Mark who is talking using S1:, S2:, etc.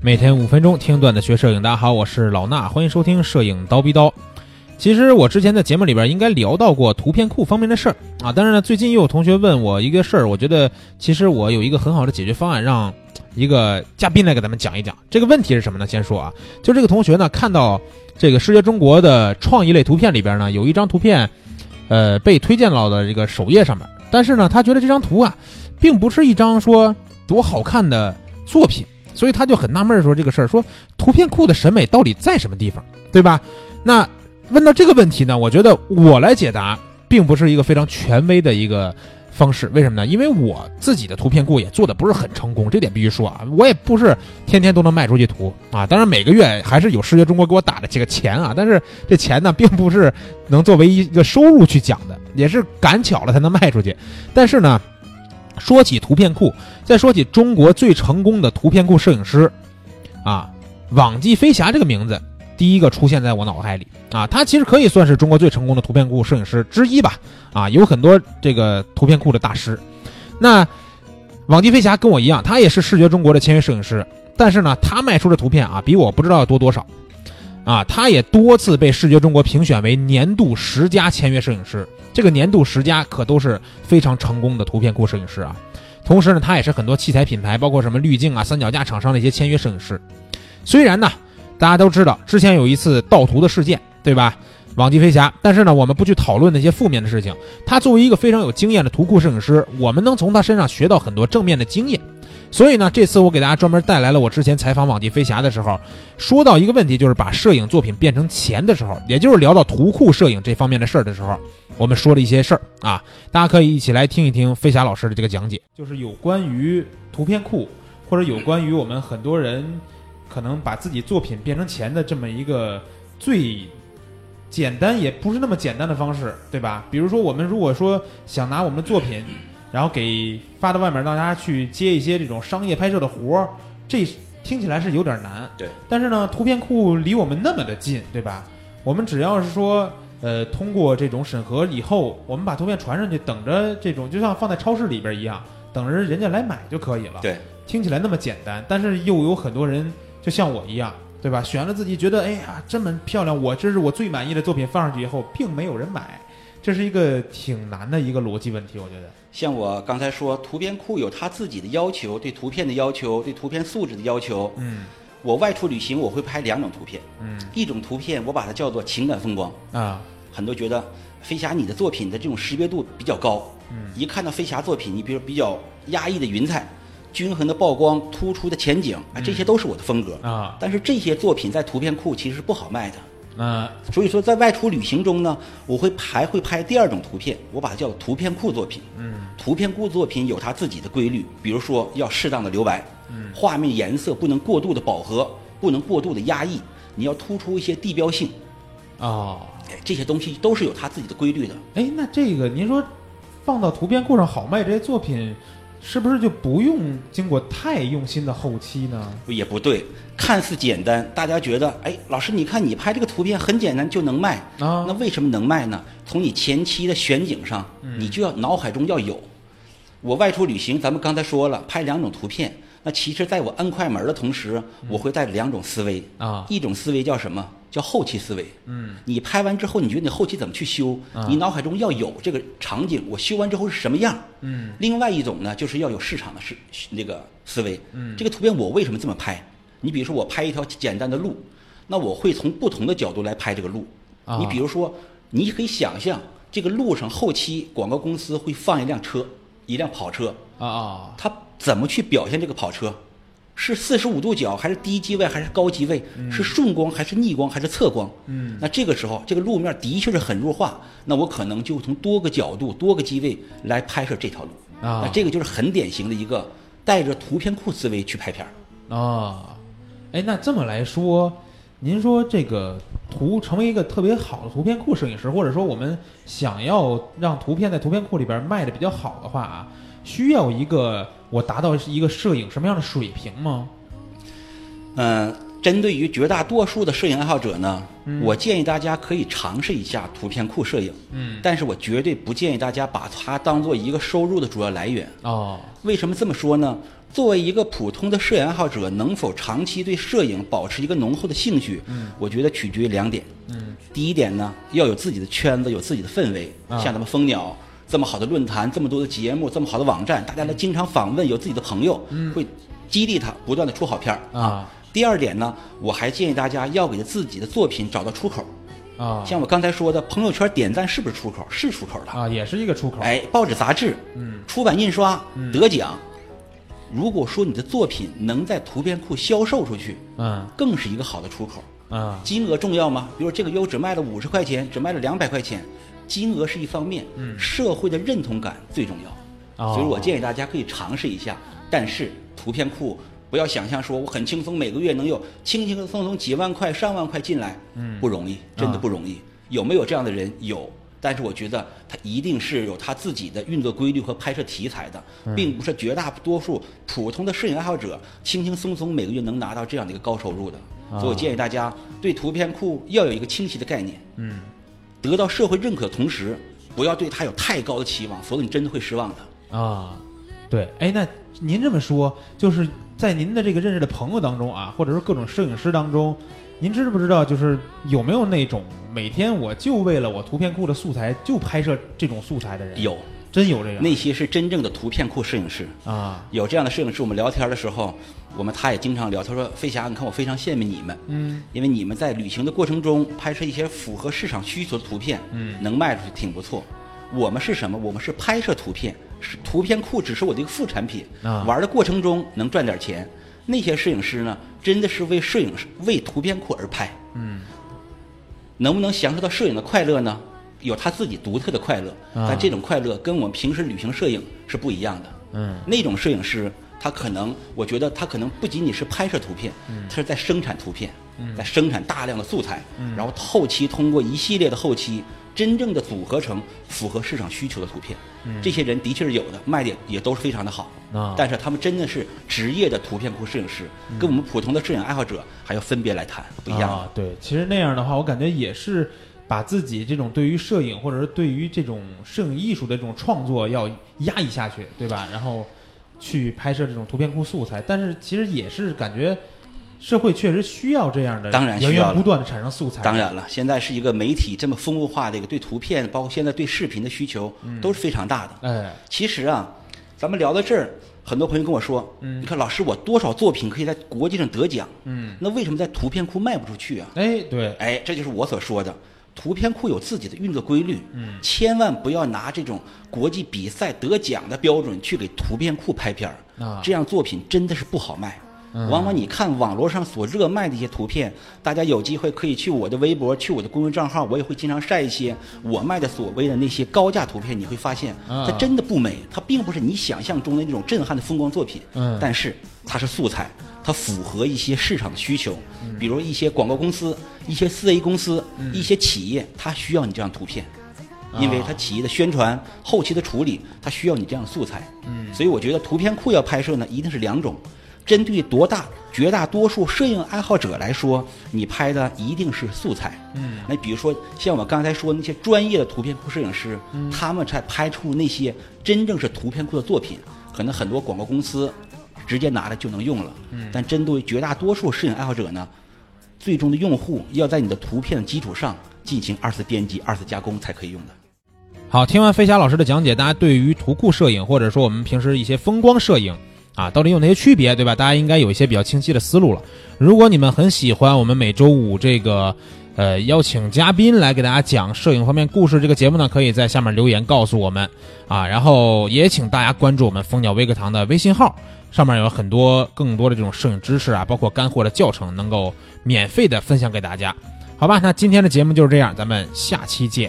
S1: 每天五分钟听段子学摄影。大家好，我是老衲，欢迎收听《摄影刀逼刀》。其实我之前在节目里边应该聊到过图片库方面的事儿啊，但是呢，最近又有同学问我一个事儿，我觉得其实我有一个很好的解决方案，让一个嘉宾来给咱们讲一讲这个问题是什么呢？先说啊，就这个同学呢，看到这个视觉中国的创意类图片里边呢，有一张图片，呃，被推荐到的这个首页上面，但是呢，他觉得这张图啊，并不是一张说多好看的作品，所以他就很纳闷儿说这个事儿，说图片库的审美到底在什么地方，对吧？那问到这个问题呢，我觉得我来解答并不是一个非常权威的一个方式，为什么呢？因为我自己的图片库也做的不是很成功，这点必须说啊，我也不是天天都能卖出去图啊，当然每个月还是有视觉中国给我打的这个钱啊，但是这钱呢，并不是能作为一个收入去讲的，也是赶巧了才能卖出去，但是呢。说起图片库，再说起中国最成功的图片库摄影师，啊，网际飞侠这个名字第一个出现在我脑海里啊。他其实可以算是中国最成功的图片库摄影师之一吧，啊，有很多这个图片库的大师。那网际飞侠跟我一样，他也是视觉中国的签约摄影师，但是呢，他卖出的图片啊，比我不知道要多多少。啊，他也多次被视觉中国评选为年度十佳签约摄影师。这个年度十佳可都是非常成功的图片库摄影师啊。同时呢，他也是很多器材品牌，包括什么滤镜啊、三脚架厂商的一些签约摄影师。虽然呢，大家都知道之前有一次盗图的事件，对吧？网际飞侠，但是呢，我们不去讨论那些负面的事情。他作为一个非常有经验的图库摄影师，我们能从他身上学到很多正面的经验。所以呢，这次我给大家专门带来了我之前采访网际飞侠的时候，说到一个问题，就是把摄影作品变成钱的时候，也就是聊到图库摄影这方面的事儿的时候，我们说了一些事儿啊，大家可以一起来听一听飞侠老师的这个讲解，就是有关于图片库，或者有关于我们很多人可能把自己作品变成钱的这么一个最简单也不是那么简单的方式，对吧？比如说我们如果说想拿我们的作品，然后给发到外面让大家去接一些这种商业拍摄的活儿，这听起来是有点难。
S2: 对，
S1: 但是呢，图片库离我们那么的近，对吧？我们只要是说。呃，通过这种审核以后，我们把图片传上去，等着这种就像放在超市里边一样，等着人家来买就可以了。
S2: 对，
S1: 听起来那么简单，但是又有很多人就像我一样，对吧？选了自己觉得哎呀这么漂亮，我这是我最满意的作品，放上去以后并没有人买，这是一个挺难的一个逻辑问题，我觉得。
S2: 像我刚才说，图片库有他自己的要求，对图片的要求，对图片素质的要求。
S1: 嗯
S2: 我外出旅行，我会拍两种图片，
S1: 嗯
S2: 一种图片我把它叫做情感风光。
S1: 啊
S2: 很多觉得飞侠你的作品的这种识别度比较高，
S1: 嗯
S2: 一看到飞侠作品，你比如比较压抑的云彩、均衡的曝光、突出的前景，啊，这
S1: 嗯
S2: 些都是我的风格。
S1: 啊
S2: 但是这些作品在图片库其实是不好卖的，
S1: 那
S2: 所以说在外出旅行中呢，我会还会拍第二种图片，我把它叫做图片库作品。
S1: 嗯
S2: 图片库作品有它自己的规律，比如说要适当的留白，
S1: 嗯
S2: 画面颜色不能过度的饱和，不能过度的压抑，你要突出一些地标性，
S1: 哦，
S2: 哎，这些东西都是有它自己的规律的。
S1: 哎，那这个您说放到图片库上好卖这些作品，是不是就不用经过太用心的后期呢？
S2: 也不对，看似简单，大家觉得，哎，老师，你看你拍这个图片很简单就能卖，
S1: 啊
S2: 那为什么能卖呢？从你前期的选景上，
S1: 嗯
S2: 你就要脑海中要有。我外出旅行，咱们刚才说了，拍两种图片。那其实，在我摁快门的同时，
S1: 嗯
S2: 我会带着两种思维
S1: 啊
S2: 一种思维叫什么？叫后期思维。
S1: 嗯，
S2: 你拍完之后，你觉得你后期怎么去修？
S1: 啊
S2: 你脑海中要有这个场景，我修完之后是什么样？
S1: 嗯，
S2: 另外一种呢，就是要有市场的市那个思维。
S1: 嗯
S2: 这个图片我为什么这么拍？你比如说，我拍一条简单的路，那我会从不同的角度来拍这个路。
S1: 啊
S2: 你比如说，你可以想象这个路上后期广告公司会放一辆车，一辆跑车，
S1: 啊啊
S2: 它怎么去表现这个跑车？是四十五度角，还是低机位，还是高机位？是顺光，还是逆光，还是侧光？
S1: 嗯，
S2: 那这个时候，这个路面的确是很弱化，那我可能就从多个角度、多个机位来拍摄这条路。
S1: 啊
S2: 那这个就是很典型的一个带着图片库思维去拍片儿。
S1: 啊，哎，那这么来说，您说这个图成为一个特别好的图片库摄影师，或者说我们想要让图片在图片库里边卖的比较好的话啊，需要一个我达到一个摄影什么样的水平吗？
S2: 嗯、针对于绝大多数的摄影爱好者呢，我建议大家可以尝试一下图片库摄影。
S1: 嗯，
S2: 但是我绝对不建议大家把它当做一个收入的主要来源。
S1: 哦，
S2: 为什么这么说呢？作为一个普通的摄影爱好者，能否长期对摄影保持一个浓厚的兴趣，
S1: 嗯
S2: 我觉得取决于两点。第一点呢，要有自己的圈子，有自己的氛围，
S1: 啊
S2: 像咱们蜂鸟。这么好的论坛，这么多的节目，这么好的网
S1: 嗯
S2: 站，大家来经常访问，有自己的朋友，会激励他不断的出好片儿
S1: 啊。
S2: 第二点呢，我还建议大家要给自己的作品找到出口。
S1: 啊
S2: 像我刚才说的，朋友圈点赞是不是出口？是出口的。
S1: 啊，也是一个出口。
S2: 哎，报纸、杂志，
S1: 嗯，
S2: 出版印刷、得奖。如果说你的作品能在图片库销售出去，
S1: 嗯
S2: 更是一个好的出口。
S1: 嗯
S2: 金额重要吗？比如这个优只卖了五十块钱，只卖了两百块钱，金额是一方面，嗯，社会的认同感最重要。
S1: 哦
S2: 所以我建议大家可以尝试一下，但是图片库不要想象说我很轻松，每个月能有轻轻松松几万块、上万块进来，嗯，不容易，真的不容易。有没有这样的人？有。但是我觉得他一定是有他自己的运作规律和拍摄题材的，并不是绝大多数普通的摄影爱好者轻轻松松每个月能拿到这样的一个高收入的。所以我建议大家对图片库要有一个清晰的概念，
S1: 嗯，
S2: 得到社会认可，同时不要对它有太高的期望，否则你真的会失望的。
S1: 啊，对，哎，那您这么说，就是在您的这个认识的朋友当中啊，或者说各种摄影师当中，您知不知道就是有没有那种每天我就为了我图片库的素材就拍摄这种素材的人？，
S2: 有
S1: 真有这样
S2: 那些是真正的图片库摄影师，
S1: 啊，
S2: 有这样的摄影师，我们聊天的时候，我们他也经常聊，他说：“飞侠，你看我非常羡慕你们，
S1: 嗯，
S2: 因为你们在旅行的过程中拍摄一些符合市场需求的图片，嗯，能卖出去挺不错。我们是什么？我们是拍摄图片，是图片库只是我的一个副产品，
S1: 啊
S2: 玩的过程中能赚点钱。那些摄影师呢，真的是为摄影为图片库而拍，嗯，能不能享受到摄影的快乐呢？有他自己独特的快乐，
S1: 啊
S2: 但这种快乐跟我们平时旅行摄影是不一样的。
S1: 嗯，
S2: 那种摄影师，他可能，我觉得他可能不仅仅是拍摄图片，
S1: 嗯
S2: 他是在生产图片，在生产大量的素材，
S1: 嗯
S2: 然后后期通过一系列的后期，真正的组合成符合市场需求的图片。这些人的确是有的，卖的也也都是非常的好，
S1: 嗯啊嗯
S2: 但是他们真的是职业的图片库摄影师，跟我们普通的摄影爱好者还要分别来谈，不一样。
S1: 啊。对，其实那样的话，我感觉也是把自己这种对于摄影或者是对于这种摄影艺术的这种创作要压抑下去，对吧？然后去拍摄这种图片库素材，但是其实也是感觉社会确实需要这样的，
S2: 当然需
S1: 源
S2: 要
S1: 源
S2: 了
S1: 不断的产生素材。
S2: 当，然了，现在是一个媒体这么丰富化的一个对图片，包括现在对视频的需求
S1: 嗯
S2: 都是非常大的。
S1: 哎，
S2: 其实啊，咱们聊到这儿，很多朋友跟我说，你看老师，我多少作品可以在国际上得奖，嗯，那为什么在图片库卖不出去啊？
S1: 哎，对，
S2: 哎，这就是我所说的，图片库有自己的运作规律，嗯，千万不要拿这种国际比赛得奖的标准去给图片库拍片儿，
S1: 啊
S2: 这样作品真的是不好卖。往往你看网络上所热卖的一些图片，大家有机会可以去我的微博、去我的公众账号，我也会经常晒一些我卖的所谓的那些高价图片。你会发现，
S1: 啊
S2: 它真的不美，它并不是你想象中的那种震撼的风光作品。
S1: 嗯
S2: 但是它是素材，它符合一些市场的需求，比如一些广告公司、一些四 A 公司、一些企业，它需要你这样图片，因为它企业的宣传、后期的处理，它需要你这样的素材。嗯，所以我觉得图片库要拍摄呢，一定是两种。针对多大绝大多数摄影爱好者来说，你拍的一定是素材。嗯，那比如说像我刚才说那些专业的图片库摄影师，他们才拍出那些真正是图片库的作品。可能很多广告公司直接拿来就能用了。但针对绝大多数摄影爱好者呢，最终的用户要在你的图片的基础上进行二次编辑、二次加工才可以用的。
S1: 好，听完飞侠老师的讲解，大家对于图库摄影，或者说我们平时一些风光摄影啊，到底有哪些区别，对吧？大家应该有一些比较清晰的思路了。如果你们很喜欢我们每周五这个呃邀请嘉宾来给大家讲摄影方面故事这个节目呢，可以在下面留言告诉我们啊，然后也请大家关注我们蜂鸟微课堂的微信号。上面有很多更多的这种摄影知识啊，包括干货的教程，能够免费的分享给大家，好吧？那今天的节目就是这样，咱们下期见。